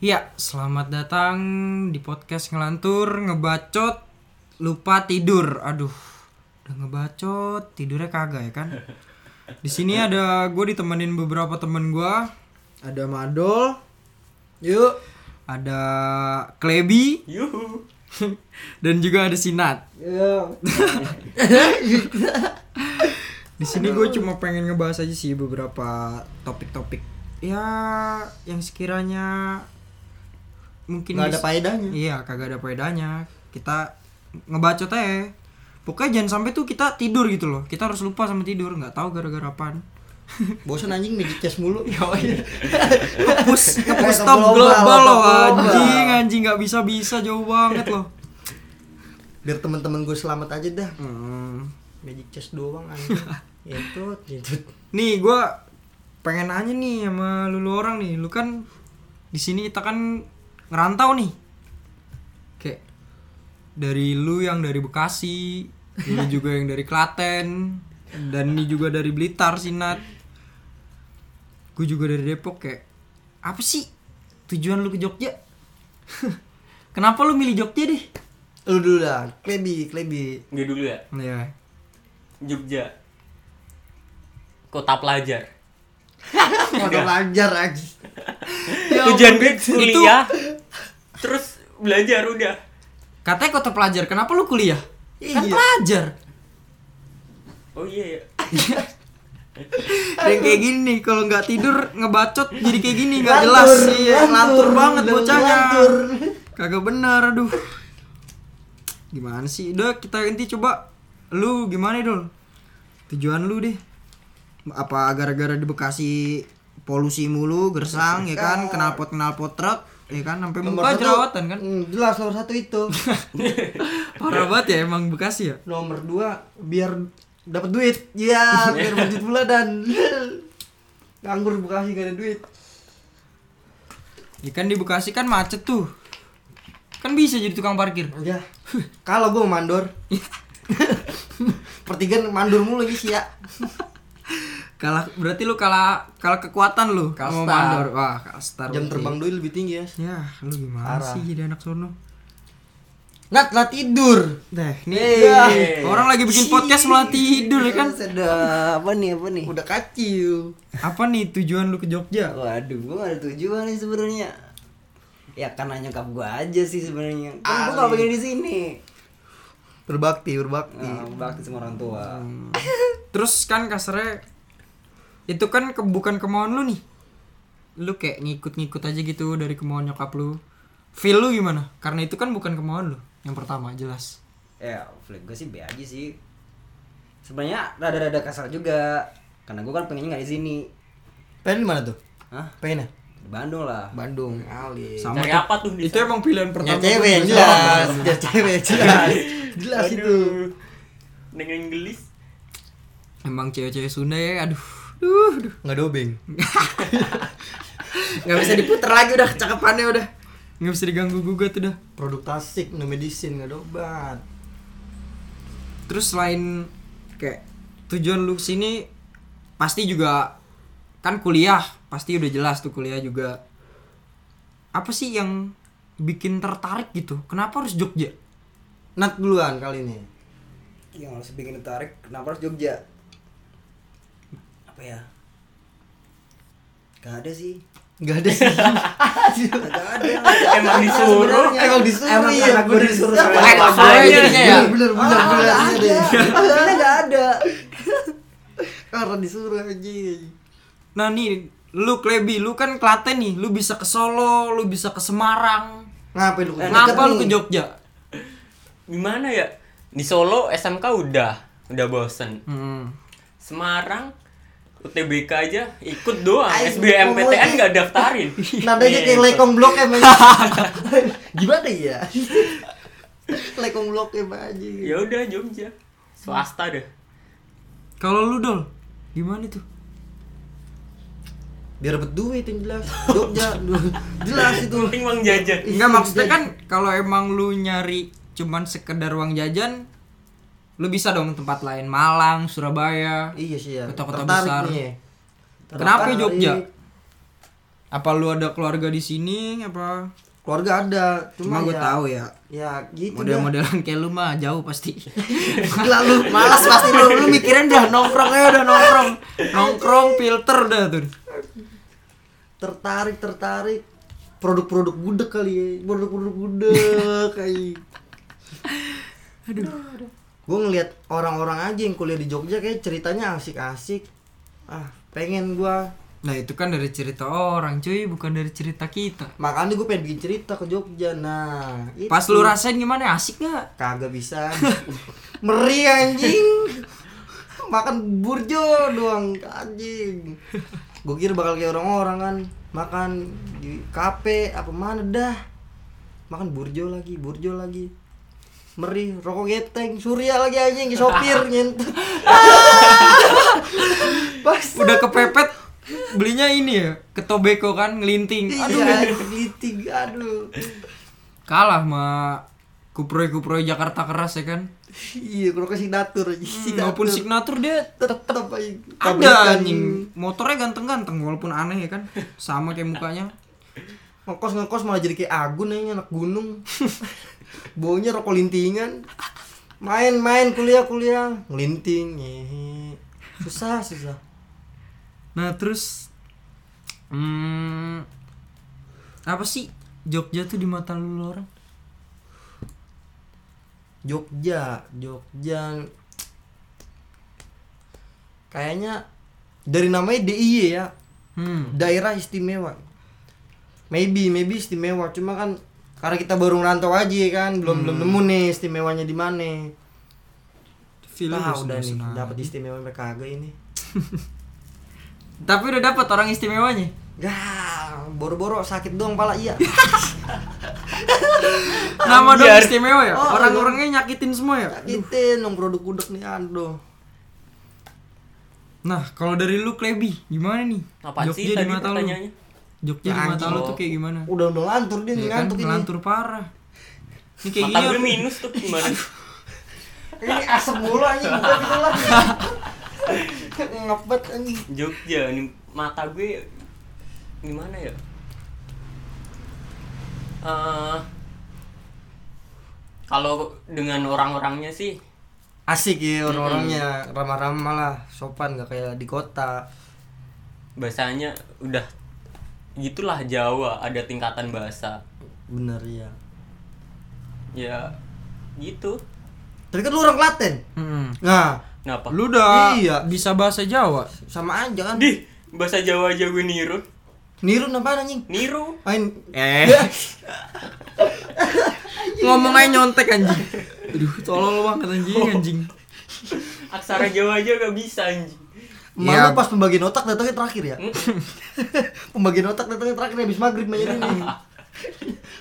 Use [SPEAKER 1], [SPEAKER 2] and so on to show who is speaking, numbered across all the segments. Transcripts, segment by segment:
[SPEAKER 1] Iya, selamat datang di podcast ngelantur, ngebacot, lupa tidur. Aduh, udah ngebacot, tidurnya kagak ya kan? Di sini ada gue ditemenin beberapa temen gue. Ada Madol, yuk. Ada Klebi,
[SPEAKER 2] Yuhu.
[SPEAKER 1] dan juga ada Sinat.
[SPEAKER 3] Iya.
[SPEAKER 1] Di sini gue cuma pengen ngebahas aja sih beberapa topik-topik ya yang sekiranya mungkin
[SPEAKER 3] nggak ada
[SPEAKER 1] bisa-
[SPEAKER 3] faedahnya
[SPEAKER 1] Iya, kagak ada faedahnya. Kita ngebacot aja. Pokoknya jangan sampai tuh kita tidur gitu loh. Kita harus lupa sama tidur, nggak tahu gara-gara apaan.
[SPEAKER 3] bosan anjing di cas mulu iya.
[SPEAKER 1] Ngepus, ngepus
[SPEAKER 3] Ke
[SPEAKER 1] top
[SPEAKER 3] global,
[SPEAKER 1] global
[SPEAKER 3] top
[SPEAKER 1] loh
[SPEAKER 3] global.
[SPEAKER 1] anjing, anjing nggak bisa-bisa jauh banget loh.
[SPEAKER 3] biar teman-teman gue selamat aja dah
[SPEAKER 1] Hmm.
[SPEAKER 3] magic chess doang anjing Ya, itu itu
[SPEAKER 1] Nih, gua pengen nanya nih sama lu, lu orang nih. Lu kan di sini kita kan ngerantau nih. Kayak dari lu yang dari Bekasi, ini juga yang dari Klaten, dan ini juga dari Blitar Sinat. Gue juga dari Depok kayak apa sih tujuan lu ke Jogja? Kenapa lu milih Jogja deh?
[SPEAKER 3] lu dulu dah klebi klebi
[SPEAKER 2] Gue dulu ya.
[SPEAKER 1] Ya,
[SPEAKER 2] Jogja. Kota pelajar.
[SPEAKER 3] kagak belajar anjing Ya
[SPEAKER 2] Tujuan gue
[SPEAKER 1] itu-
[SPEAKER 2] kuliah. Terus belajar udah.
[SPEAKER 1] katanya kota pelajar. Kenapa lu kuliah? Kan
[SPEAKER 3] Iya.
[SPEAKER 1] pelajar.
[SPEAKER 2] Oh iya ya.
[SPEAKER 1] Dan kayak gini nih, kalau nggak tidur ngebacot jadi kayak gini nggak jelas
[SPEAKER 3] Ngelantur,
[SPEAKER 1] iya ngelantur
[SPEAKER 3] ngelantur,
[SPEAKER 1] banget bocahnya
[SPEAKER 3] ngelantur.
[SPEAKER 1] kagak benar aduh gimana sih udah kita ganti coba lu gimana dul tujuan lu deh apa gara-gara di Bekasi polusi mulu gersang ya kan knalpot knalpot truk ya kan sampai muka jerawatan kan
[SPEAKER 3] Hmm, jelas nomor satu itu
[SPEAKER 1] parah banget ya emang Bekasi ya
[SPEAKER 3] nomor dua biar dapat duit ya biar berduit bulanan nganggur bekasi gak ada duit
[SPEAKER 1] ya kan di Bekasi kan macet tuh kan bisa jadi tukang parkir
[SPEAKER 3] ya kalau gue mandor pertigaan mandor mulu lagi sih ya
[SPEAKER 1] kalah berarti lu kalah kalah kekuatan lu
[SPEAKER 3] Kalstar.
[SPEAKER 1] mau mandor wah kalstar
[SPEAKER 3] jam
[SPEAKER 1] berarti.
[SPEAKER 3] terbang duit lebih tinggi ya
[SPEAKER 1] ya lu gimana
[SPEAKER 3] Parah.
[SPEAKER 1] sih jadi anak sono
[SPEAKER 3] Nat lah tidur
[SPEAKER 1] deh nih
[SPEAKER 3] Hey.
[SPEAKER 1] orang lagi bikin podcast malah tidur ya kan
[SPEAKER 4] Sudah apa nih apa nih?
[SPEAKER 3] udah kacil
[SPEAKER 1] apa nih tujuan lu ke Jogja
[SPEAKER 4] Waduh, gua gak ada tujuan nih sebenarnya. Ya karena nyokap gua aja sih sebenarnya. Kan gua gak pengen di sini.
[SPEAKER 3] berbakti berbakti
[SPEAKER 4] Nah, bakti sama orang tua.
[SPEAKER 1] terus kan kasarnya itu kan ke, bukan kemauan lu nih lu kayak ngikut-ngikut aja gitu dari kemauan nyokap lu feel lu gimana karena itu kan bukan kemauan lu yang pertama jelas
[SPEAKER 4] Ya, flag gua sih B aja sih. Sebenarnya rada-rada kasar juga. Karena gua kan pengennya gak di sini.
[SPEAKER 3] pengen di mana tuh
[SPEAKER 4] Hah?
[SPEAKER 3] pengen ya?
[SPEAKER 4] Di Bandung kan lah.
[SPEAKER 3] Bandung kali
[SPEAKER 1] sama
[SPEAKER 2] Cari
[SPEAKER 1] tuh.
[SPEAKER 2] apa tuh di
[SPEAKER 1] itu emang pilihan
[SPEAKER 3] ya
[SPEAKER 1] pertama
[SPEAKER 3] Iya. cewek
[SPEAKER 1] Jelas.
[SPEAKER 3] jelas ya cewek jelas jelas itu
[SPEAKER 2] Dengan Inggris.
[SPEAKER 1] emang cewek-cewek Sunda ya aduh duh, duh.
[SPEAKER 3] nggak dobeng
[SPEAKER 1] nggak bisa diputer lagi udah kecakapannya udah nggak bisa diganggu gugat udah
[SPEAKER 3] produk tasik no medicine nggak dobat
[SPEAKER 1] terus selain kayak tujuan lu sini pasti juga kan kuliah pasti udah jelas tuh kuliah juga apa sih yang bikin tertarik gitu kenapa harus Jogja
[SPEAKER 3] nat duluan kali ini
[SPEAKER 4] Yang harus bikin ditarik, kenapa harus Jogja? Apa ya? Gak ada sih.
[SPEAKER 3] nggak ada sih
[SPEAKER 4] Gak ada.
[SPEAKER 2] Emang disuruh.
[SPEAKER 3] Sebenarnya emang disuruh
[SPEAKER 4] Emang
[SPEAKER 3] ya,
[SPEAKER 4] karena gua
[SPEAKER 3] bener.
[SPEAKER 4] disuruh
[SPEAKER 3] Ya,
[SPEAKER 4] sama
[SPEAKER 3] makanya
[SPEAKER 4] orang
[SPEAKER 2] tua
[SPEAKER 3] makanya.
[SPEAKER 2] jadinya ya.
[SPEAKER 3] bener bener
[SPEAKER 4] Ah,
[SPEAKER 3] bener
[SPEAKER 4] nggak
[SPEAKER 3] iya deh.
[SPEAKER 4] ada. Gak ada.
[SPEAKER 3] karena disuruh aja
[SPEAKER 1] nah nih lu Klebi lu kan Klaten nih lu bisa ke Solo lu bisa ke Semarang
[SPEAKER 3] ngapain lu
[SPEAKER 4] Eh,
[SPEAKER 1] kenapa lu
[SPEAKER 3] nih.
[SPEAKER 1] ke Jogja
[SPEAKER 2] Gimana ya? Di Solo SMK udah. Udah bosen.
[SPEAKER 1] hmm.
[SPEAKER 2] Semarang UTBK aja ikut doang.
[SPEAKER 3] Ayo,
[SPEAKER 2] SBMPTN
[SPEAKER 3] ngomongnya.
[SPEAKER 2] gak daftarin.
[SPEAKER 3] nadanya kayak
[SPEAKER 1] Iya,
[SPEAKER 2] Gitu.
[SPEAKER 3] lekong blok M aja. gimana ya lekong blok M aja
[SPEAKER 2] Ya udah Jogja. Swasta dah.
[SPEAKER 1] kalau lu dol gimana tuh
[SPEAKER 3] biar dapat duit yang jelas Jogja du- jelas itu
[SPEAKER 2] Penting uang jajan.
[SPEAKER 1] Enggak maksudnya kan kalau emang lu nyari cuman sekedar uang jajan lu bisa dong tempat lain Malang, Surabaya.
[SPEAKER 3] iya sih ya
[SPEAKER 1] Kota-kota
[SPEAKER 3] tertarik
[SPEAKER 1] besar.
[SPEAKER 3] nih.
[SPEAKER 1] Kenapa
[SPEAKER 3] Tertarik.
[SPEAKER 1] Jogja? Apa lu ada keluarga di sini apa?
[SPEAKER 3] keluarga ada
[SPEAKER 1] Cuma,
[SPEAKER 3] cuma,
[SPEAKER 1] gue
[SPEAKER 3] ya,
[SPEAKER 1] tahu ya.
[SPEAKER 3] ya gitu dah.
[SPEAKER 1] Model-modelan kayak lu mah jauh pasti.
[SPEAKER 3] Gila lu malas pasti lu lu mikirin dah nongkrong ya udah nongkrong
[SPEAKER 1] Nongkrong filter dah tuh.
[SPEAKER 3] tertarik tertarik produk-produk gudeg kali ya produk-produk gudeg kayak gue ngeliat orang-orang aja yang kuliah di Jogja kayak ceritanya asik-asik ah pengen gua
[SPEAKER 1] Nah, itu kan dari cerita orang, cuy, bukan dari cerita kita.
[SPEAKER 3] makanya gue pengen bikin cerita ke Jogja nah itu.
[SPEAKER 1] Pas lu rasain gimana? Asik nggak?
[SPEAKER 3] kagak bisa meri anjing makan burjo doang anjing gue kira bakal kayak orang-orang kan makan di kafe apa mana dah makan burjo lagi burjo lagi meri rokok geteng surya lagi anjing sopir nyentut pas
[SPEAKER 1] Udah kepepet belinya ini ya, ke Tobacco kan ngelinting.
[SPEAKER 3] aduh
[SPEAKER 1] Aduh,
[SPEAKER 3] geliting Iya, aduh
[SPEAKER 1] kalah sama kuproy-kuproy Jakarta keras ya kan.
[SPEAKER 3] iya kalau kasih natur anjing
[SPEAKER 1] Walaupun signatur
[SPEAKER 3] Signatur.
[SPEAKER 1] dia
[SPEAKER 3] tetep anjing.
[SPEAKER 1] Hmm, ada
[SPEAKER 3] Pabrikan.
[SPEAKER 1] anjing motornya ganteng-ganteng walaupun aneh ya kan sama kayak mukanya
[SPEAKER 3] ngekos ngekos malah jadi kayak Agun nih anak gunung baunya rokok lintingan main-main kuliah-kuliah ngelinting ngehe. susah susah
[SPEAKER 1] nah terus hmm, apa sih Jogja tuh di mata lu orang
[SPEAKER 3] Jogja Jogja kayaknya dari namanya DIY ya
[SPEAKER 1] hmm
[SPEAKER 3] daerah istimewa maybe maybe istimewa cuma kan karena kita baru ngerantau aja kan belum belum nemu nih istimewanya di mana
[SPEAKER 1] Feel
[SPEAKER 3] ah
[SPEAKER 1] bosen-bosen
[SPEAKER 3] udah nih
[SPEAKER 1] aja.
[SPEAKER 3] dapat istimewa mereka kagak ini
[SPEAKER 1] tapi udah dapat orang istimewanya
[SPEAKER 3] Gah, Ya, boro-boro sakit doang pala iya.
[SPEAKER 1] nama dong
[SPEAKER 2] Anjir.
[SPEAKER 1] istimewa ya
[SPEAKER 3] Oh,
[SPEAKER 1] orang-orangnya nyakitin semua ya
[SPEAKER 3] Sakitin dong produk gudeg nih aduh.
[SPEAKER 1] nah kalau dari lu Klebi gimana nih
[SPEAKER 2] Apa sih tadi pertanyaannya?
[SPEAKER 1] Jogja di
[SPEAKER 3] Ya,
[SPEAKER 1] mata
[SPEAKER 3] anjing.
[SPEAKER 1] lu tuh kayak gimana
[SPEAKER 3] Udah udah lantur dia nih
[SPEAKER 1] ya kan
[SPEAKER 3] ngantuk ini.
[SPEAKER 1] ngelantur parah ini kayak iya, gini
[SPEAKER 2] Mata
[SPEAKER 1] ya?
[SPEAKER 2] gue
[SPEAKER 1] orang-
[SPEAKER 2] minus tuh gimana?
[SPEAKER 3] Ini asap mulu anjing udah gitu lah. Ngepet anjing.
[SPEAKER 2] Jogja nih mata gue gimana ya? Eh kalau dengan orang-orangnya sih
[SPEAKER 3] Asik ya orang-orangnya, ramah-ramah lah, sopan gak kayak di kota.
[SPEAKER 2] bahasanya udah gitulah Jawa ada tingkatan bahasa
[SPEAKER 3] Bener ya.
[SPEAKER 2] ya gitu
[SPEAKER 3] Tapi kan lu orang Klaten.
[SPEAKER 1] Mm-mm.
[SPEAKER 3] Nah,
[SPEAKER 2] kenapa
[SPEAKER 1] Lu udah
[SPEAKER 3] Iya.
[SPEAKER 1] bisa bahasa Jawa.
[SPEAKER 3] sama aja kan.
[SPEAKER 2] di bahasa Jawa aja gue niru
[SPEAKER 3] Niru apa anjing?
[SPEAKER 2] niru
[SPEAKER 3] Main
[SPEAKER 1] Eh. Ngomong aja nyontek anjing. Aduh, tolol banget
[SPEAKER 2] Oh.
[SPEAKER 1] anjing anjing.
[SPEAKER 2] aksara Jawa aja gak bisa anjing
[SPEAKER 1] Ya.
[SPEAKER 3] Malu pas pembagian otak datangnya terakhir ya. pembagian otak datangnya terakhir habis maghrib banyak ini.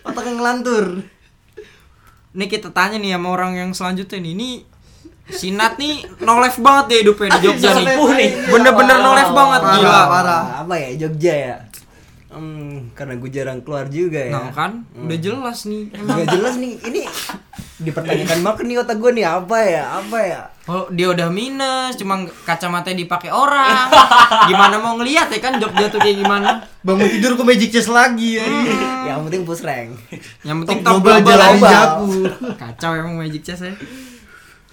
[SPEAKER 3] Otaknya ngelantur.
[SPEAKER 1] Nih kita tanya nih sama orang yang selanjutnya nih. Ini Sinat nih no life banget deh hidupnya
[SPEAKER 3] Iya,
[SPEAKER 1] di Jogja nih.
[SPEAKER 2] Sepuh nih
[SPEAKER 1] Bener-bener no life banget
[SPEAKER 3] Parah,
[SPEAKER 1] gila.
[SPEAKER 3] parah.
[SPEAKER 4] Apa ya Jogja ya? Hmm, karena gue jarang keluar juga ya.
[SPEAKER 1] Nah kan udah
[SPEAKER 3] Hmm.
[SPEAKER 1] jelas nih.
[SPEAKER 4] Gak jelas nih, ini dipertanyakan banget nih otak gue nih apa ya, apa ya?
[SPEAKER 1] Oh, dia udah minus, cuma kacamata dipakai orang. Gimana mau ngelihat ya kan Jogja tuh kayak gimana?
[SPEAKER 3] Bangun tidur ke magic chess lagi ya.
[SPEAKER 1] Hmm.
[SPEAKER 4] Yang penting push rank.
[SPEAKER 1] Yang penting
[SPEAKER 3] Top
[SPEAKER 1] top
[SPEAKER 3] global
[SPEAKER 1] global
[SPEAKER 3] jalan
[SPEAKER 1] aja.
[SPEAKER 3] jago.
[SPEAKER 1] Kacau emang Magic Chess ya.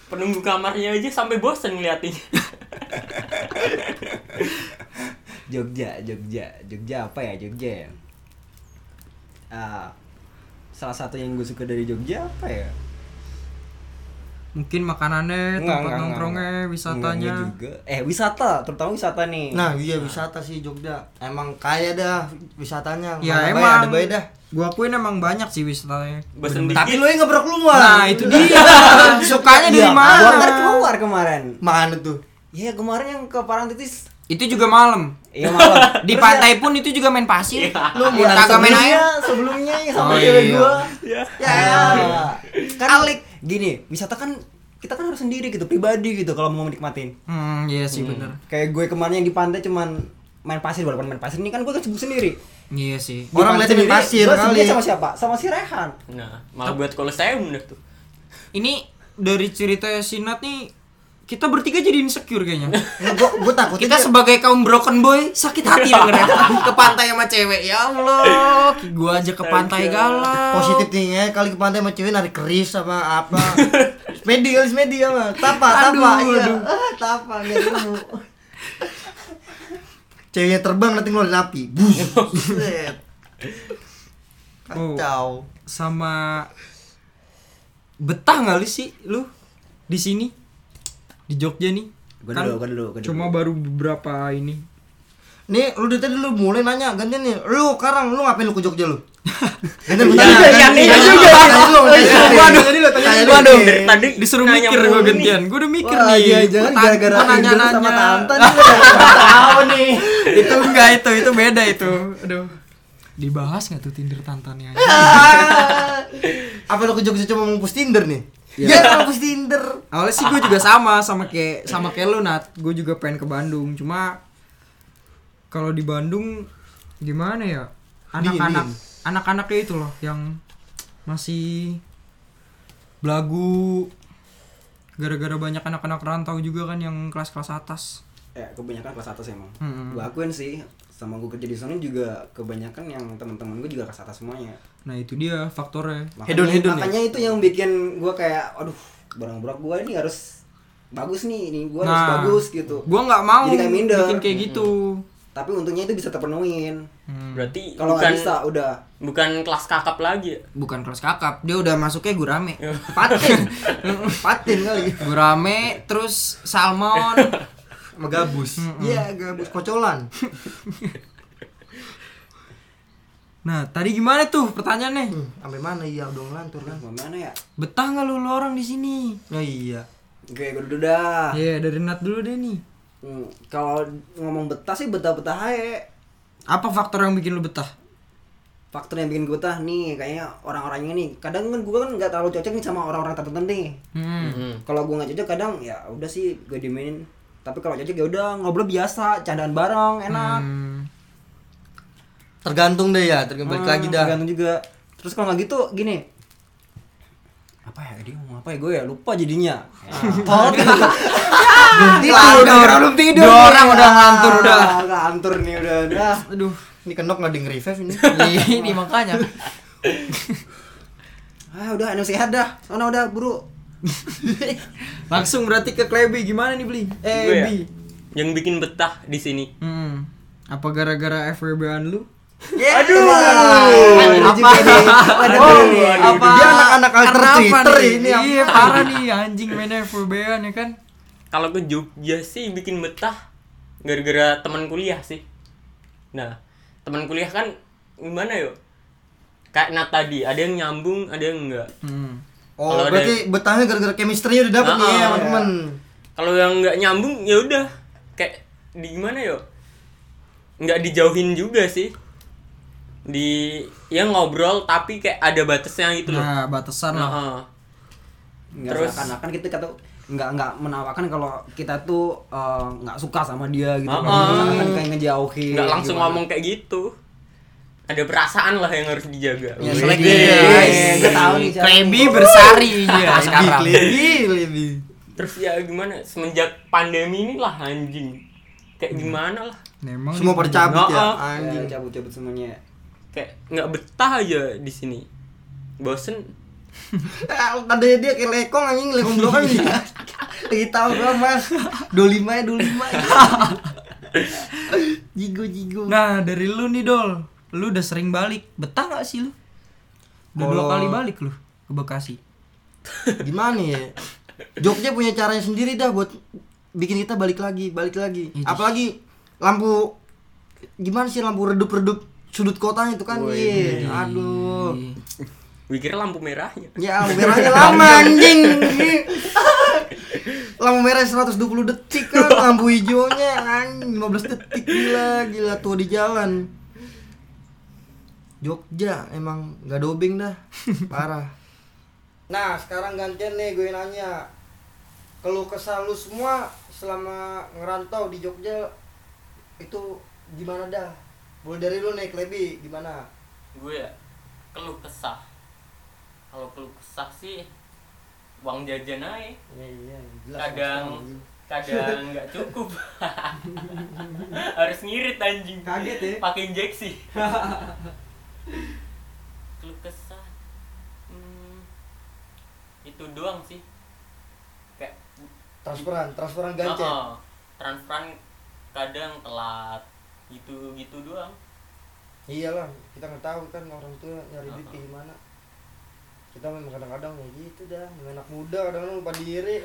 [SPEAKER 2] penunggu kamarnya aja sampai bosen ngeliatin
[SPEAKER 4] Jogja, Jogja, Jogja apa ya Jogja ya? Ah, salah satu yang gue suka dari Jogja apa ya?
[SPEAKER 1] Mungkin makanannya,
[SPEAKER 4] Enggak,
[SPEAKER 1] Eh, tempat
[SPEAKER 4] enggak,
[SPEAKER 1] nongkrongnya,
[SPEAKER 4] enggak.
[SPEAKER 1] wisatanya.
[SPEAKER 4] Enggak juga. Eh, wisata, terutama wisata nih.
[SPEAKER 3] Nah, iya wisata sih Jogja. Emang kaya dah wisatanya.
[SPEAKER 1] Ya
[SPEAKER 3] Mana
[SPEAKER 1] emang.
[SPEAKER 3] Ada bae dah.
[SPEAKER 1] Gua akuin emang banyak sih wisatanya. Tapi
[SPEAKER 2] bosen dikit
[SPEAKER 3] Lu ya- yang nggak pernah keluar.
[SPEAKER 1] Nah, itu dia. Sukanya dari
[SPEAKER 4] Iya, Gua kan
[SPEAKER 1] mana?
[SPEAKER 4] keluar kemarin.
[SPEAKER 3] Mana tuh?
[SPEAKER 4] Iya, kemarin yang ke Parangtritis.
[SPEAKER 1] Itu juga malam.
[SPEAKER 4] Iya, malam.
[SPEAKER 1] Di
[SPEAKER 4] Terus ya,
[SPEAKER 1] pantai pun itu juga main pasir. Lu
[SPEAKER 4] Iya,
[SPEAKER 1] mau kagak main
[SPEAKER 4] sebelumnya,
[SPEAKER 1] air?
[SPEAKER 4] sebelumnya yang sama
[SPEAKER 1] Oh,
[SPEAKER 4] cewek
[SPEAKER 1] iya. Ah.
[SPEAKER 4] gua.
[SPEAKER 2] ya
[SPEAKER 4] Ya. Kan gini, wisata kan kita kan harus sendiri gitu, pribadi gitu kalau mau menikmatin.
[SPEAKER 1] Hmm, iya sih bener.
[SPEAKER 4] Kayak gue kemarin yang di pantai cuman main pasir walaupun main pasir ini kan gue kan sibuk sendiri.
[SPEAKER 1] Iya sih.
[SPEAKER 4] Di
[SPEAKER 3] Orang
[SPEAKER 4] pantai
[SPEAKER 3] liatin
[SPEAKER 4] sendiri,
[SPEAKER 3] pasir
[SPEAKER 4] gua sibuknya
[SPEAKER 3] kali.
[SPEAKER 4] sama siapa? Sama si Rehan.
[SPEAKER 2] nah malah buat kalau saya udah tuh
[SPEAKER 1] Ini dari cerita Sinat nih kita bertiga jadi insecure kayaknya.
[SPEAKER 3] gue gue takut
[SPEAKER 1] Kita sebagai kaum broken boy sakit hati dengernya ke pantai sama cewek. Ya Allah, gua aja ke pantai galau.
[SPEAKER 3] positif tingnya kali ke pantai sama cewek narik keris sama apa semedi kali semedi sama tapa
[SPEAKER 1] Aduh,
[SPEAKER 3] tapa iya
[SPEAKER 1] aduh.
[SPEAKER 3] Ah, tapa nggak ketemu ceweknya terbang nanti ngeluarin api buset
[SPEAKER 1] Oh.
[SPEAKER 3] kacau
[SPEAKER 1] sama betah nggak lu sih lu di sini di Jogja nih Kan
[SPEAKER 4] Gua dulu, gua dulu, gua dulu.
[SPEAKER 1] cuma baru beberapa ini
[SPEAKER 3] Nih, lu dari tadi lu mulai nanya gantian nih. Lu sekarang lu ngapain lu ke Jogja lu? Gantian
[SPEAKER 2] iya,
[SPEAKER 3] gantian.
[SPEAKER 2] iya,
[SPEAKER 3] Gantian
[SPEAKER 2] iya,
[SPEAKER 3] Tanya
[SPEAKER 1] Waduh,
[SPEAKER 3] dulu, tanya dulu. Tanya dulu, tanya dulu.
[SPEAKER 1] waduh,
[SPEAKER 3] Oke.
[SPEAKER 2] tadi
[SPEAKER 1] disuruh
[SPEAKER 2] nanya
[SPEAKER 1] mikir
[SPEAKER 2] mulu
[SPEAKER 1] gue
[SPEAKER 2] nih.
[SPEAKER 1] gantian gue udah mikir
[SPEAKER 3] Wah,
[SPEAKER 1] nih
[SPEAKER 3] iya, jangan
[SPEAKER 1] Gua
[SPEAKER 3] gara-gara
[SPEAKER 1] gua
[SPEAKER 3] nanya
[SPEAKER 1] nanya-nanya.
[SPEAKER 3] sama tante
[SPEAKER 1] Ah,
[SPEAKER 3] nih. Tahu nih.
[SPEAKER 1] itu enggak itu itu beda itu aduh dibahas nggak tuh Tinder tantannya
[SPEAKER 4] Iya.
[SPEAKER 3] Ah. Apa lu ke Jogja cuma ngumpus Tinder nih? Ya, ngumpus Tinder.
[SPEAKER 1] awalnya sih gue juga sama sama kayak sama kayak lu nat gue juga pengen ke Bandung cuma kalau di Bandung gimana ya anak-anak
[SPEAKER 3] Dingin,
[SPEAKER 1] anak-anaknya itu loh yang masih belagu gara-gara banyak anak-anak rantau juga kan yang kelas-kelas atas
[SPEAKER 4] ya kebanyakan kelas atas emang
[SPEAKER 1] Mm-mm.
[SPEAKER 3] Hmm.
[SPEAKER 4] gue akuin sih sama gue kerja di sana juga kebanyakan yang teman-teman gue juga kelas atas semuanya
[SPEAKER 1] nah itu dia faktornya
[SPEAKER 4] makanya,
[SPEAKER 1] hedon-hedon ya
[SPEAKER 4] makanya itu yang bikin gue kayak aduh barang-barang gue ini harus bagus nih ini gue harus
[SPEAKER 1] Nah.
[SPEAKER 4] bagus gitu
[SPEAKER 1] gue nggak mau
[SPEAKER 4] Jadi kayak minder.
[SPEAKER 1] bikin kayak gitu
[SPEAKER 4] tapi untungnya itu bisa terpenuhin
[SPEAKER 2] Berarti
[SPEAKER 4] kalau
[SPEAKER 2] bukan
[SPEAKER 4] nggak bisa udah
[SPEAKER 2] bukan kelas kakap lagi ya.
[SPEAKER 1] bukan kelas kakap dia udah masuknya gurame
[SPEAKER 3] Patin. Patin kali.
[SPEAKER 1] gurame terus salmon
[SPEAKER 3] Sama gabus. Iya, gabus kocolan.
[SPEAKER 1] Nah, tadi gimana tuh pertanyaannya?
[SPEAKER 3] Hmm, Sampai mana iya dong lantur kan.
[SPEAKER 4] gimana ya
[SPEAKER 1] Betah nggak lu, lu orang di sini?
[SPEAKER 3] Ya iya.
[SPEAKER 4] gue gue dulu dah
[SPEAKER 1] Iya, dari Nat dulu deh nih.
[SPEAKER 4] Hmm, kalau ngomong betah sih betah-betah aja
[SPEAKER 1] Apa faktor yang bikin lu betah?
[SPEAKER 4] faktor yang bikin gue betah nih kayaknya orang-orangnya nih kadang kan gue kan nggak terlalu cocok nih sama orang-orang tertentu nih
[SPEAKER 1] Hmm.
[SPEAKER 4] kalau gue nggak cocok kadang ya udah sih gue dimainin tapi kalau cocok ya udah ngobrol biasa candaan bareng enak
[SPEAKER 3] Tergantung deh ya, tergantung balik
[SPEAKER 4] Hmm,
[SPEAKER 3] lagi
[SPEAKER 1] Ah,
[SPEAKER 3] dah.
[SPEAKER 4] tergantung juga terus kalau nggak gitu gini apa ya dia ngomong apa ya gue ya lupa jadinya
[SPEAKER 3] Oh,
[SPEAKER 1] Belum tidur, Dor. Dua orang udah ngelantur udah.
[SPEAKER 4] Ah, ngelantur nih udah udah
[SPEAKER 1] Aduh,
[SPEAKER 3] Ini kenok nggak denger revive ini.
[SPEAKER 1] Iya, ini makanya.
[SPEAKER 4] ah udah enak sehat dah sana udah buru
[SPEAKER 1] Langsung berarti ke Klebi gimana nih, Bli? Eh,
[SPEAKER 2] Gue ya?
[SPEAKER 1] Bi.
[SPEAKER 2] Yang bikin betah di sini.
[SPEAKER 1] Hmm. Apa gara-gara FWB-an lu?
[SPEAKER 3] Aduh.
[SPEAKER 1] Apa?
[SPEAKER 3] Oh,
[SPEAKER 4] nih.
[SPEAKER 1] apa?
[SPEAKER 3] Dia anak-anak alter
[SPEAKER 1] Karena apa
[SPEAKER 3] Twitter
[SPEAKER 1] nih?
[SPEAKER 3] ini ya. apa?
[SPEAKER 1] Iya, parah nih anjing main FWB-an ya kan?
[SPEAKER 2] Kalau ke Jogja sih bikin betah gara-gara teman kuliah sih. Nah, teman kuliah kan gimana yuk? Kayak Nat tadi, ada yang nyambung, ada yang enggak.
[SPEAKER 1] Hmm.
[SPEAKER 3] Oh,
[SPEAKER 2] Kalau
[SPEAKER 3] berarti betahnya gara-gara chemistry udah dapet nih
[SPEAKER 2] Ah,
[SPEAKER 3] ya, teman-teman.
[SPEAKER 2] Kalau yang enggak nyambung ya udah kayak di gimana yuk? Nggak dijauhin juga sih. Di ya ngobrol tapi kayak ada batasnya gitu loh.
[SPEAKER 1] Nah, batasan lah.
[SPEAKER 2] Heeh.
[SPEAKER 4] nggak
[SPEAKER 2] Terus?
[SPEAKER 4] seakan-akan kita kata nggak nggak menawarkan kalau kita tuh eh, nggak suka sama dia gitu
[SPEAKER 2] Ah,
[SPEAKER 4] Kalau
[SPEAKER 2] ah.
[SPEAKER 4] misalkan kayak ngejauhin
[SPEAKER 2] nggak langsung
[SPEAKER 4] Iya, gimana.
[SPEAKER 2] ngomong kayak gitu ada perasaan lah yang harus dijaga
[SPEAKER 3] Ya,
[SPEAKER 4] Iya,
[SPEAKER 2] Wih.
[SPEAKER 3] selek
[SPEAKER 4] Wih,
[SPEAKER 3] dia, guys.
[SPEAKER 4] gue iya. tahu nih siapa
[SPEAKER 1] Klebi
[SPEAKER 4] nih.
[SPEAKER 1] bersari ya sekarang.
[SPEAKER 3] Lebih, lebih.
[SPEAKER 2] terus ya gimana semenjak pandemi ini lah anjing kayak gimana lah
[SPEAKER 1] Memang
[SPEAKER 3] Semua
[SPEAKER 1] nih,
[SPEAKER 3] percabut
[SPEAKER 1] Oh,
[SPEAKER 3] ya,
[SPEAKER 2] Nah, ah.
[SPEAKER 1] Iya,
[SPEAKER 4] Ya,
[SPEAKER 3] anjing.
[SPEAKER 4] cabut-cabut semuanya
[SPEAKER 2] kayak nggak betah aja di sini bosen
[SPEAKER 3] Eh, Tadi dia kayak lekong anjing, lekong blokan nih.
[SPEAKER 1] Iya.
[SPEAKER 3] Lagi tahu gua, Mas. 25 ya, 25. Jigo jigo.
[SPEAKER 1] Nah dari lu nih Dol Lu udah sering balik Betah gak sih lu? Udah dua
[SPEAKER 3] Kalau-
[SPEAKER 1] kali balik lu Ke Bekasi
[SPEAKER 3] Gimana ya? Jogja punya caranya sendiri dah buat bikin kita balik lagi, balik lagi.
[SPEAKER 1] Iya,
[SPEAKER 3] Apalagi lampu gimana sih lampu redup-redup sudut kotanya itu kan. Iya, aduh.
[SPEAKER 2] pikir lampu merahnya
[SPEAKER 3] Ya lampu merahnya lama
[SPEAKER 4] Iya.
[SPEAKER 3] anjing. lampu merah 120 detik
[SPEAKER 4] Iya.
[SPEAKER 3] kan, lampu hijaunya anjing 15 detik gila, gila tua di jalan. Jogja emang nggak dobing dah, parah. Nah sekarang gantian nih gue nanya, keluh kesah lu semua selama ngerantau di Jogja itu gimana dah? Boleh dari lu nih Klebi gimana?
[SPEAKER 2] gue ya keluh kesah kalau keluh kesah sih uang jajan aja
[SPEAKER 3] Iya, iya, jelas.
[SPEAKER 2] kadang kadang nggak cukup harus ngirit anjing
[SPEAKER 3] Kaget ya?
[SPEAKER 2] pakai injeksi keluh kesah hmm, itu doang sih kayak
[SPEAKER 3] transferan, transferan gancet.
[SPEAKER 2] Oh, oh. transferan kadang telat gitu gitu doang
[SPEAKER 3] Iyalah, kita nggak tahu kan orang tua nyari duit
[SPEAKER 2] Oh,
[SPEAKER 3] kayak gimana. Kita memang kadang-kadang ya gitu dah, namanya anak muda kadang-kadang lupa diri.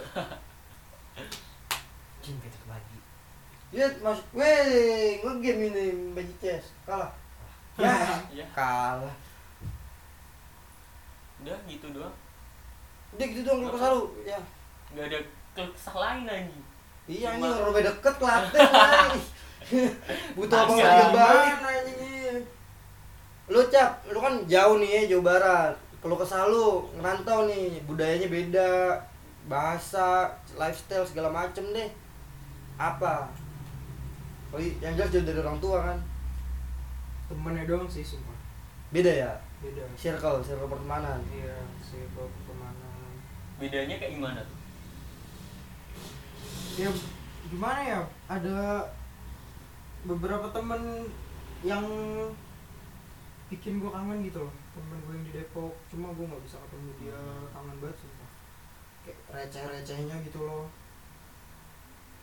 [SPEAKER 1] Jing kecil lagi.
[SPEAKER 3] Lihat mas, weh, nge-game ini Magic Chess, kalah. Ya,
[SPEAKER 2] ya
[SPEAKER 3] kalah.
[SPEAKER 2] udah gitu doang
[SPEAKER 3] Udah gitu dong, lu kesalu. Ya,
[SPEAKER 2] nggak ada keluh kesah lain lagi
[SPEAKER 3] Iya
[SPEAKER 2] Cuma-
[SPEAKER 3] anjing orang lebih deket Klaten lah. Butuh apa
[SPEAKER 2] Masa?
[SPEAKER 3] lagi balik anjing. Lu cap, lu kan jauh nih ya Jawa Barat. Kalau kesal lu ngerantau nih, budayanya beda, bahasa, lifestyle segala macem deh. Apa? Oh, i- yang jelas jauh dari orang tua kan.
[SPEAKER 4] temennya doang sih sumpah
[SPEAKER 3] Beda ya,
[SPEAKER 4] beda
[SPEAKER 3] circle, circle pertemanan.
[SPEAKER 4] iya sih bawa kemana
[SPEAKER 2] bedanya kayak gimana tuh
[SPEAKER 4] ya gimana ya ada beberapa temen yang bikin gue kangen gitu loh temen gue yang di Depok cuma gue nggak bisa ketemu dia kangen banget sumpah kayak receh-recehnya gitu loh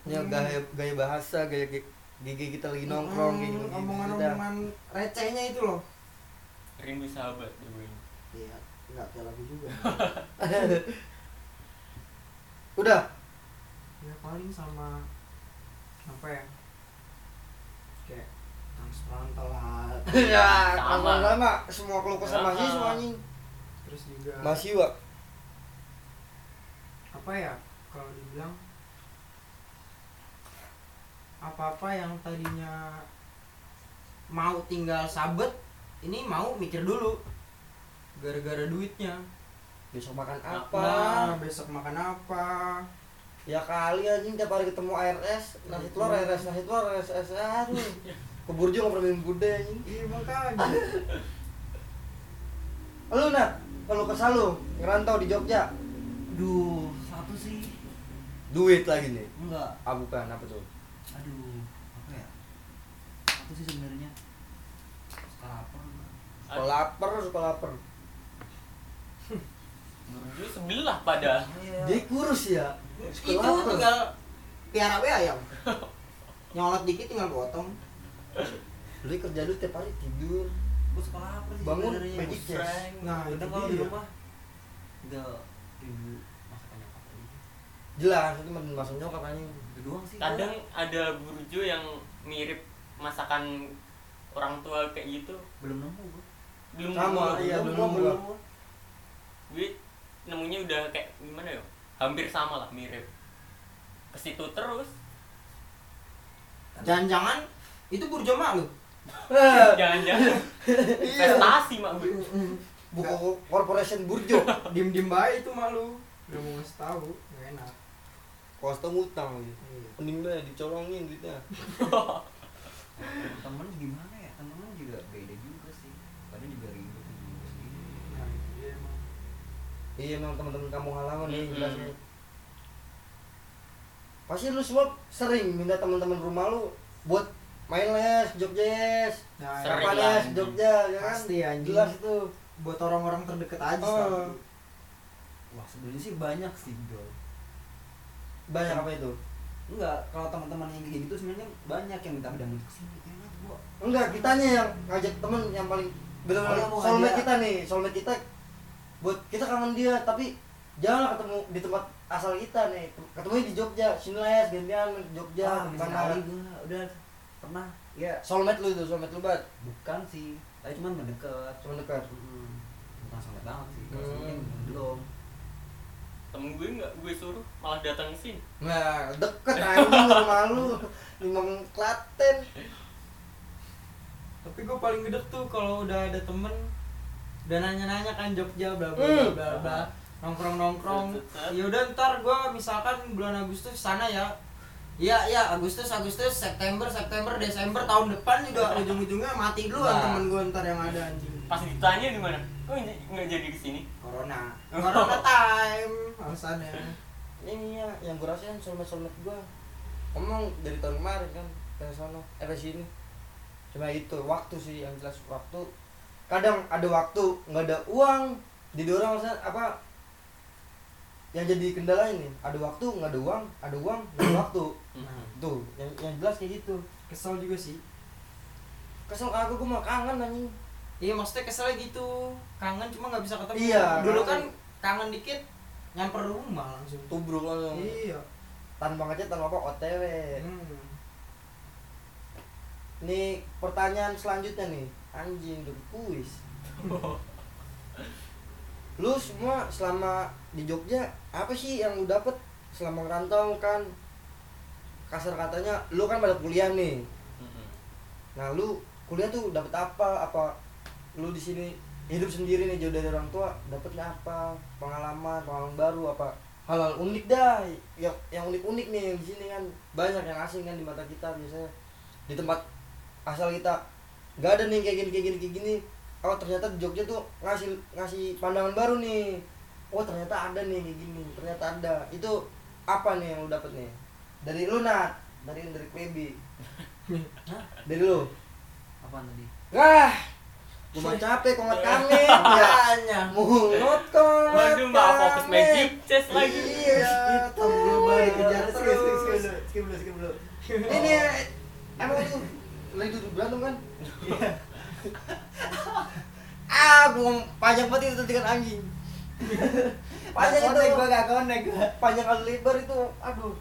[SPEAKER 3] Ya
[SPEAKER 4] Hmm.
[SPEAKER 3] gaya, gaya bahasa, gaya gi- gigi kita lagi nongkrong
[SPEAKER 4] Hmm,
[SPEAKER 3] kayak gitu.
[SPEAKER 4] omongan-omongan recehnya itu loh
[SPEAKER 2] rindu sahabat dulu ini.
[SPEAKER 3] Iya, enggak kayak lagu juga. Udah,
[SPEAKER 4] ya paling sama apa ya kayak transferan telat
[SPEAKER 3] ya
[SPEAKER 2] Sama.
[SPEAKER 3] sama sama semua keluh kesah
[SPEAKER 2] Sama.
[SPEAKER 3] mahasiswa anjing
[SPEAKER 4] terus juga
[SPEAKER 3] mahasiswa
[SPEAKER 4] apa ya kalau dibilang apa-apa yang tadinya mau tinggal sabet ini mau mikir dulu gara-gara duitnya
[SPEAKER 3] besok makan
[SPEAKER 2] Nah,
[SPEAKER 3] apa
[SPEAKER 4] Nah, besok makan apa
[SPEAKER 3] ya kali anjing tiap hari ketemu ARS nasi telur
[SPEAKER 4] Hmm.
[SPEAKER 3] ARS nasi telur ARS ARS aduh ke Burjo ngobrol dengan bude anjing
[SPEAKER 4] iya makanya
[SPEAKER 3] lu nat kalau kesal lu ngerantau di Jogja
[SPEAKER 1] Aduh, satu sih.
[SPEAKER 3] duit lagi nih
[SPEAKER 1] Enggak.
[SPEAKER 3] ah bukan apa tuh
[SPEAKER 1] Aduh, apa ya? Satu sih sebenarnya. Suka lapar.
[SPEAKER 3] suka lapar suka lapar
[SPEAKER 2] dulu sebelah pada
[SPEAKER 1] Iya.
[SPEAKER 3] dia kurus ya
[SPEAKER 4] itu tinggal piara we ayam nyolot dikit tinggal potong
[SPEAKER 3] lu kerja lu tiap hari tidur
[SPEAKER 1] Gue suka lapar sih
[SPEAKER 3] Bangun,
[SPEAKER 1] sebenarnya.
[SPEAKER 3] magic
[SPEAKER 1] Gua
[SPEAKER 3] chest.
[SPEAKER 1] sering.
[SPEAKER 4] Nah, itu
[SPEAKER 1] kadang kalau di
[SPEAKER 4] dia.
[SPEAKER 1] rumah enggak ibu masakan nyokap aja.
[SPEAKER 3] jelas itu masuk nyokap anjing
[SPEAKER 1] Itu doang sih.
[SPEAKER 2] kadang ada burjo yang mirip masakan orang tua kayak gitu
[SPEAKER 1] gua. belum nemu gue.
[SPEAKER 2] belum
[SPEAKER 3] Sama,
[SPEAKER 2] belum-
[SPEAKER 3] iya,
[SPEAKER 2] belum-
[SPEAKER 3] belum
[SPEAKER 2] belum-
[SPEAKER 3] gua.
[SPEAKER 2] belum. gue nemunya udah kayak gimana ya hampir sama lah mirip ke situ terus
[SPEAKER 4] jangan-jangan itu burjo malu
[SPEAKER 3] Eh, Iya.
[SPEAKER 2] jangan-jangan investasi mak gue
[SPEAKER 3] buku corporation Burjo
[SPEAKER 4] diem-diem baik itu malu udah mau ngasih tahu nggak enak
[SPEAKER 3] Kosto ngutang lagi.
[SPEAKER 4] Iya.
[SPEAKER 3] Mending deh dicolongin duitnya.
[SPEAKER 1] Temen gimana ya? Temen juga beda juga sih. Kadang juga ribet juga sih.
[SPEAKER 4] Nah, itu dia emang.
[SPEAKER 3] Iya emang teman-teman kamu halaman nih
[SPEAKER 2] Mm-mm.
[SPEAKER 3] jelas nih. Pasti lu semua sering minta teman-teman rumah lu buat main les Jogjes.
[SPEAKER 4] Nah,
[SPEAKER 2] Sering
[SPEAKER 3] Apa
[SPEAKER 4] emang
[SPEAKER 2] lah,
[SPEAKER 3] les
[SPEAKER 2] anjing.
[SPEAKER 3] Jogja ya kan?
[SPEAKER 4] Pasti, anjing.
[SPEAKER 3] Jelas itu.
[SPEAKER 4] buat orang-orang terdekat aja
[SPEAKER 3] Oh.
[SPEAKER 4] selalu.
[SPEAKER 1] Wah, sebenarnya sih banyak sih, Dol.
[SPEAKER 3] Banyak apa itu?
[SPEAKER 1] Enggak, kalau teman-teman yang kayak gitu sebenarnya banyak yang minta bidang ke sini. Ya, Nat, gua
[SPEAKER 3] Enggak, kitanya yang ngajak temen yang paling
[SPEAKER 1] Oh,
[SPEAKER 3] benar-benar
[SPEAKER 1] yang mau
[SPEAKER 3] soulmate
[SPEAKER 1] ngajak.
[SPEAKER 3] kita nih, soulmate kita buat kita kangen dia tapi janganlah ketemu di tempat asal kita nih ketemunya di Jogja sini les gantian main ke Jogja
[SPEAKER 1] ah,
[SPEAKER 3] ke
[SPEAKER 1] miss
[SPEAKER 3] mana.
[SPEAKER 1] sekali gua udah pernah ya
[SPEAKER 3] soulmate lu itu soulmate lu banget
[SPEAKER 1] bukan sih tapi cuman mendekat
[SPEAKER 3] cuma dekat
[SPEAKER 1] Mm, bukan sangat banget sih kalau
[SPEAKER 3] Hmm.
[SPEAKER 1] mungkin belum
[SPEAKER 2] temen gue nggak gue suruh malah datang ke sini
[SPEAKER 3] Nah, deket anjing rumah lu. Limang Klaten.
[SPEAKER 4] tapi gue paling gede tuh kalau udah ada temen udah nanya-nanya kan Jogja bla bla
[SPEAKER 3] Hmm.
[SPEAKER 4] bla bla bla nongkrong nongkrong
[SPEAKER 1] Iya,
[SPEAKER 4] ya udah ntar gue misalkan bulan Agustus sana ya
[SPEAKER 3] Iya,
[SPEAKER 4] ya ya Agustus Agustus September September Desember tahun depan juga ujung-ujungnya mati dulu
[SPEAKER 3] Nah.
[SPEAKER 4] temen gue ntar yang ada anjing
[SPEAKER 2] pas ditanya di mana kok nggak- nggak jadi kesini
[SPEAKER 3] Corona. Corona time. Oh. Alasannya. Ini ya, yang gue rasain soulmate-soulmate gue. Emang dari tahun kemarin kan ke sana, eh ke sini. Cuma Nah, itu waktu sih yang jelas waktu. Kadang ada waktu, nggak ada uang. Jadi orang alasan apa yang jadi kendala ini ada waktu nggak ada uang ada uang nggak ada waktu tuh yang, yang jelas kayak gitu
[SPEAKER 5] Kesel juga sih.
[SPEAKER 3] kesel kagak gue mah kangen anjing
[SPEAKER 1] Iya maksudnya keselnya gitu Kangen cuma nggak bisa ketemu
[SPEAKER 3] Iya,
[SPEAKER 1] Dulu kan
[SPEAKER 3] kangen.
[SPEAKER 1] kangen dikit Nyamper rumah langsung
[SPEAKER 3] tubruk langsung
[SPEAKER 1] Iya
[SPEAKER 3] tanpa ngechat tanpa apa otw
[SPEAKER 1] Hmm.
[SPEAKER 3] Nih pertanyaan selanjutnya nih Anjing udah kuis Lu semua selama di Jogja Apa sih yang lu dapet selama ngerantau kan Kasar katanya lu kan pada kuliah nih Nah lu kuliah tuh dapet apa Apa lu di sini hidup sendiri nih jauh dari orang tua Dapetnya apa Pengalaman, pengalaman baru apa hal unik dah yang yang unik unik nih yang di sini kan banyak yang asing kan di mata kita biasanya di tempat asal kita nggak ada nih kayak gini kayak gini kayak gini oh ternyata di Jogja tuh ngasih ngasih pandangan baru nih oh ternyata ada nih kayak gini ternyata ada itu apa nih yang lu dapet nih dari lu nat dari dari Klebi dari lu
[SPEAKER 1] Apaan tadi?
[SPEAKER 3] Wah, gua mah capek kok ngat kami ya mungut kok
[SPEAKER 2] waduh mbak fokus magic chess lagi
[SPEAKER 3] iya
[SPEAKER 4] Tunggu balik kejar
[SPEAKER 3] terus.
[SPEAKER 4] skip skip skip dulu, skip dulu skip dulu.
[SPEAKER 3] ini emang tuh lagi duduk berantem kan ah gua ngom- panjang banget itu dengan anjing panjang
[SPEAKER 4] Gak connect,
[SPEAKER 3] itu
[SPEAKER 4] gua gak connect gua.
[SPEAKER 3] panjang kali lebar itu aduh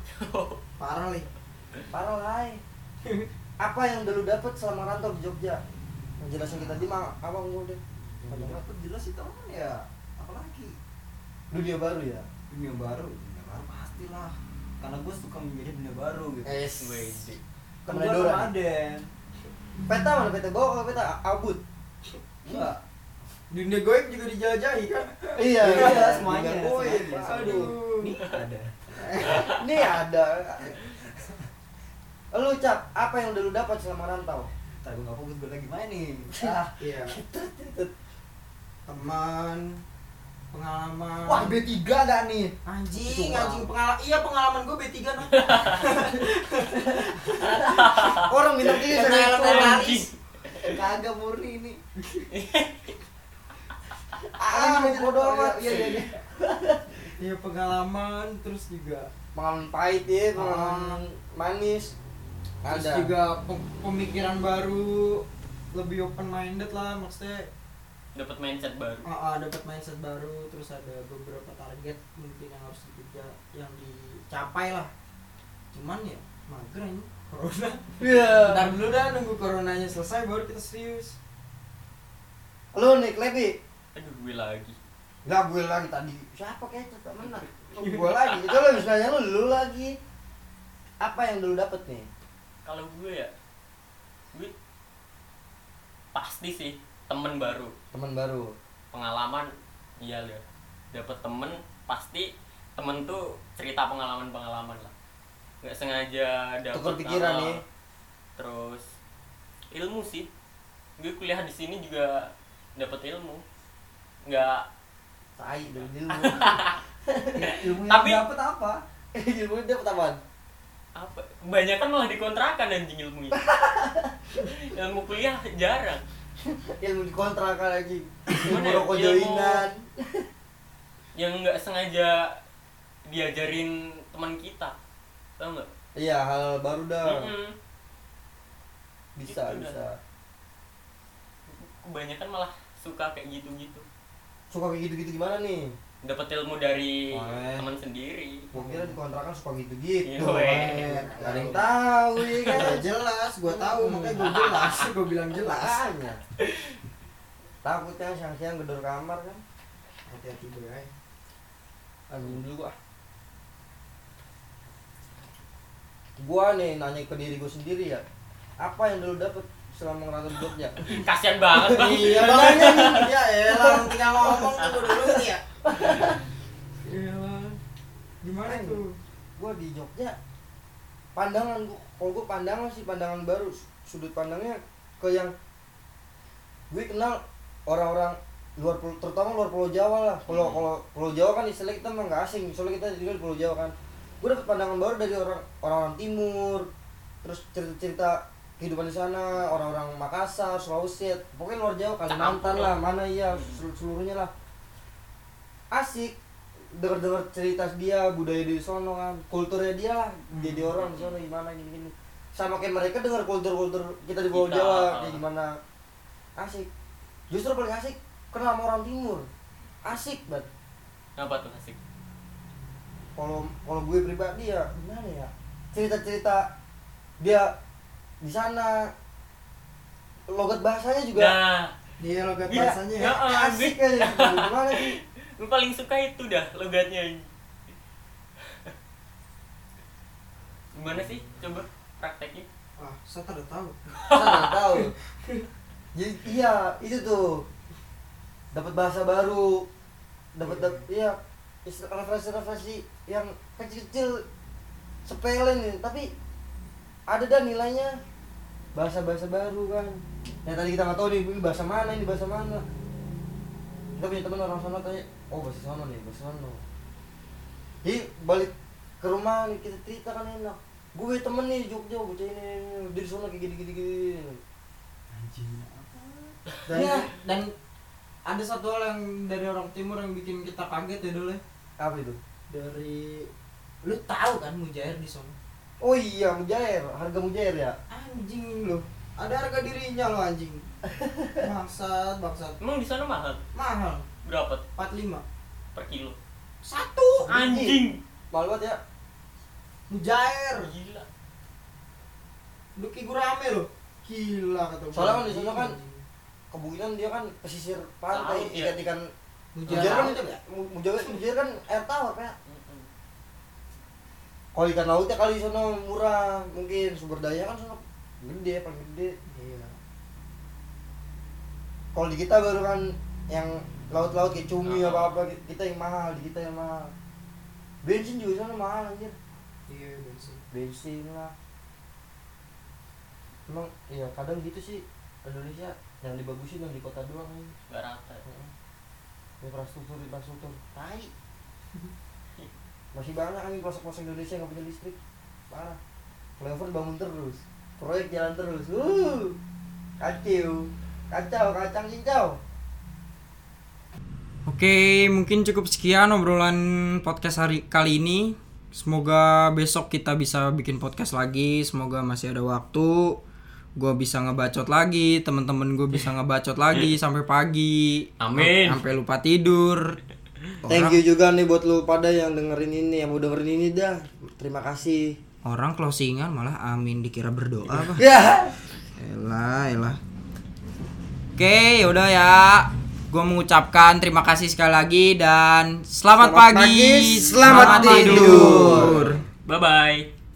[SPEAKER 1] Parah li
[SPEAKER 3] parah lah apa yang dulu dapet selama rantau di Jogja Yang jelasin kita tadi mah apa gua deh panjang banget.
[SPEAKER 4] Aku jelas itu kan ya apalagi
[SPEAKER 3] dunia baru ya
[SPEAKER 4] dunia baru, dunia baru pastilah. Karena gue suka menjadi dunia baru gitu.
[SPEAKER 3] es
[SPEAKER 4] Kan gua
[SPEAKER 3] Kemana
[SPEAKER 4] sama Aden.
[SPEAKER 3] peta mana peta bawa ke peta abut
[SPEAKER 4] Enggak.
[SPEAKER 1] Dunia goib juga dijelajahi kan?
[SPEAKER 3] iya
[SPEAKER 4] Iya, semuanya.
[SPEAKER 3] Dunia goib.
[SPEAKER 4] semuanya.
[SPEAKER 3] aduh
[SPEAKER 4] Nih ada.
[SPEAKER 3] ini ada lu cap apa yang dulu dapat selama rantau
[SPEAKER 4] Entar gua enggak fokus gua lagi main nih.
[SPEAKER 3] ah
[SPEAKER 1] Iya Teman Pengalaman
[SPEAKER 3] wah B3 ada nih
[SPEAKER 1] Anjing,
[SPEAKER 3] Itu
[SPEAKER 1] anjing pengalaman Iya pengalaman gue B3 nah
[SPEAKER 3] Ah. orang
[SPEAKER 4] Iya.
[SPEAKER 3] gitu. bintang tiga
[SPEAKER 1] Kena
[SPEAKER 3] sama
[SPEAKER 1] elemen
[SPEAKER 3] itu.
[SPEAKER 1] lari.
[SPEAKER 3] kagak murni ini ah main bodo amat iya iya iya
[SPEAKER 1] Iya pengalaman terus juga
[SPEAKER 3] pengalaman pahit
[SPEAKER 4] iya,
[SPEAKER 3] ya pengalaman Hmm, manis
[SPEAKER 1] terus juga pem- pemikiran baru lebih open minded lah maksudnya
[SPEAKER 2] dapat mindset baru
[SPEAKER 1] ah, ah, dapat mindset baru terus ada beberapa target mungkin yang harus dikejar yang dicapai lah cuman ya mager ini corona
[SPEAKER 3] iya
[SPEAKER 1] ntar dulu dah nunggu coronanya selesai baru kita serius
[SPEAKER 3] lu nih Klebi
[SPEAKER 2] aduh gue lagi
[SPEAKER 3] Lah gue lagi tadi. Siapa kayak cepat menang? Oh, gue lagi. Itu lo bisa nanya lu, lu lagi. Apa yang dulu dapet nih?
[SPEAKER 2] kalau gue ya gue pasti sih temen baru
[SPEAKER 3] Teman baru.
[SPEAKER 2] pengalaman iya lah dapat temen pasti temen tuh cerita pengalaman pengalaman lah nggak sengaja dapet
[SPEAKER 3] Tukar pikiran
[SPEAKER 2] nama.
[SPEAKER 3] ya.
[SPEAKER 2] terus ilmu sih gue kuliah di sini juga dapat ilmu nggak
[SPEAKER 3] Tai dari dulu.
[SPEAKER 4] Ilmu yang
[SPEAKER 2] Tapi-
[SPEAKER 4] dapat apa?
[SPEAKER 3] Ilmu dapet apaan?
[SPEAKER 2] apa kebanyakan malah dikontrakan anjing ilmunya ilmu kuliah jarang
[SPEAKER 3] Ilmu dikontrakan lagi. Ilmu
[SPEAKER 2] Mana ya?
[SPEAKER 3] rokok
[SPEAKER 2] Ilmu-
[SPEAKER 3] joinan.
[SPEAKER 2] yang nggak sengaja diajarin teman kita tau nggak
[SPEAKER 3] Iya, hal baru dah.
[SPEAKER 2] Mm-mm.
[SPEAKER 3] Bisa,
[SPEAKER 2] Gitu dah.
[SPEAKER 3] bisa.
[SPEAKER 2] kebanyakan malah suka kayak gitu-gitu
[SPEAKER 3] Suka kayak gitu-gitu gimana nih?
[SPEAKER 2] dapat ilmu dari
[SPEAKER 4] Oleh.
[SPEAKER 2] teman sendiri
[SPEAKER 3] Gue kira dikontrakan suka gitu-gitu.
[SPEAKER 2] Iya, weh.
[SPEAKER 3] Gak ada yang tahu ya kan? Hmm.
[SPEAKER 1] ya jelas gue tahu makanya gue jelas gue bilang jelas
[SPEAKER 3] Makanya. Takutnya siang-siang gedor kamar kan.
[SPEAKER 1] hati-hati gue
[SPEAKER 3] Aduh dulu gua. Gua nih nanya ke diri gua sendiri ya. Apa yang dulu dapet selama ngerantau di Jogja?
[SPEAKER 2] kasihan banget bang
[SPEAKER 1] iya makanya ya elah tinggal ngomong tunggu dulu nih ya iya gimana tuh
[SPEAKER 3] gua di Jogja pandangan gua kalau gua pandangan sih pandangan baru sudut pandangnya ke yang gue kenal orang-orang luar pulau terutama luar pulau Jawa lah
[SPEAKER 1] Hmm.
[SPEAKER 3] kalau kalau pulau Jawa kan istilah kita emang nggak asing soalnya kita juga di pulau Jawa kan gue dapet pandangan baru dari orang orang timur terus cerita-cerita kehidupan di sana orang-orang Makassar Sulawesi pokoknya luar Jawa Iya, Kalimantan lah mana iya sel-
[SPEAKER 4] Hmm.
[SPEAKER 3] seluruhnya lah asik denger-denger cerita dia budaya di sono kan kulturnya dia lah jadi orang di sono gimana gini gini sama kayak mereka dengar kultur-kultur kita di Pulau
[SPEAKER 2] Kita,
[SPEAKER 3] Jawa
[SPEAKER 2] ah.
[SPEAKER 3] kayak gimana asik justru paling asik kenal sama orang timur asik banget
[SPEAKER 2] Kenapa tuh asik?
[SPEAKER 3] kalau kalau gue pribadi ya gimana ya cerita-cerita dia di sana logat bahasanya juga
[SPEAKER 2] Nah,
[SPEAKER 6] Iya lo gak
[SPEAKER 2] Iya.
[SPEAKER 6] bahasanya
[SPEAKER 2] Ya, ah,
[SPEAKER 3] asik
[SPEAKER 2] gue-
[SPEAKER 3] aja gitu. gimana sih
[SPEAKER 2] lu paling suka itu dah logatnya. Gimana sih? Coba praktekin.
[SPEAKER 6] Wah, saya tidak tahu.
[SPEAKER 3] Sana tahu. Jadi iya itu tuh dapat bahasa baru, dapat dap- iya istilah- referensi-referensi yang kecil-kecil sepele nih tapi ada dah nilainya bahasa-bahasa baru kan yang tadi kita nggak tahu nih ini bahasa mana ini bahasa mana kita punya teman orang sana tanya oh bahasa sana nih bahasa sana jadi balik ke rumah nih kita cerita kan enak gue temen nih Jogja bocah ini, ini ini. dia di sana kayak gini gini gini dan
[SPEAKER 6] Ya, dan ada satu hal yang dari orang timur yang bikin kita kaget ya dulu ya.
[SPEAKER 3] apa itu
[SPEAKER 6] Dari lu tahu kan mujair di sana.
[SPEAKER 3] oh iya mujair harga mujair ya
[SPEAKER 6] Anjing lu. Ada harga dirinya lo anjing. Bangsat, bangsat.
[SPEAKER 2] Emang di sana mahal?
[SPEAKER 6] Mahal,
[SPEAKER 2] Berapa tuh
[SPEAKER 6] 45.
[SPEAKER 2] per kilo?
[SPEAKER 6] Satu
[SPEAKER 2] Anjing.
[SPEAKER 3] mahal banget ya
[SPEAKER 6] mujair.
[SPEAKER 2] Gila.
[SPEAKER 6] Lu kigurame lo. Gila kata gua.
[SPEAKER 3] Soalnya kan di sana kan kemungkinan dia kan pesisir pantai
[SPEAKER 2] Laut, ya.
[SPEAKER 3] ikan ikan
[SPEAKER 6] mujair.
[SPEAKER 3] mujair kan
[SPEAKER 6] itu ya?
[SPEAKER 3] mu- mujair mujair kan air tawar kayak kalau ikan lautnya kali di sana murah mungkin sumber daya kan sana gede paling gede
[SPEAKER 6] Iya.
[SPEAKER 3] kalau di kita baru kan yang laut-laut kayak cumi apa apa kita yang mahal di kita yang mahal bensin juga di sana mahal anjir
[SPEAKER 6] Iya, bensin.
[SPEAKER 3] bensin lah emang ya kadang gitu sih Indonesia ya, yang dibagusin yang di kota doang aja
[SPEAKER 2] Gak rata.
[SPEAKER 3] infrastruktur infrastruktur tai masih banyak angin pelosok-pelosok Indonesia yang nggak punya listrik parah flyover bangun terus proyek jalan terus uh kacau kacau kacang cincau
[SPEAKER 1] Oke, mungkin cukup sekian obrolan podcast hari kali ini. Semoga besok kita bisa bikin podcast lagi. Semoga masih ada waktu. Gue bisa ngebacot lagi, teman-teman gue bisa ngebacot lagi sampai pagi.
[SPEAKER 2] Amin.
[SPEAKER 1] Sampai lupa tidur.
[SPEAKER 3] Thank you juga nih buat lu pada yang dengerin ini, yang mau dengerin ini dah. Terima kasih.
[SPEAKER 1] Orang closingan malah amin dikira berdoa apa?
[SPEAKER 3] Ya.
[SPEAKER 1] Elah, elah. Oke, yaudah ya. Gue mengucapkan terima kasih sekali lagi dan selamat,
[SPEAKER 3] Selamat
[SPEAKER 1] pagi,
[SPEAKER 3] pagi, selamat tidur.
[SPEAKER 2] Bye bye.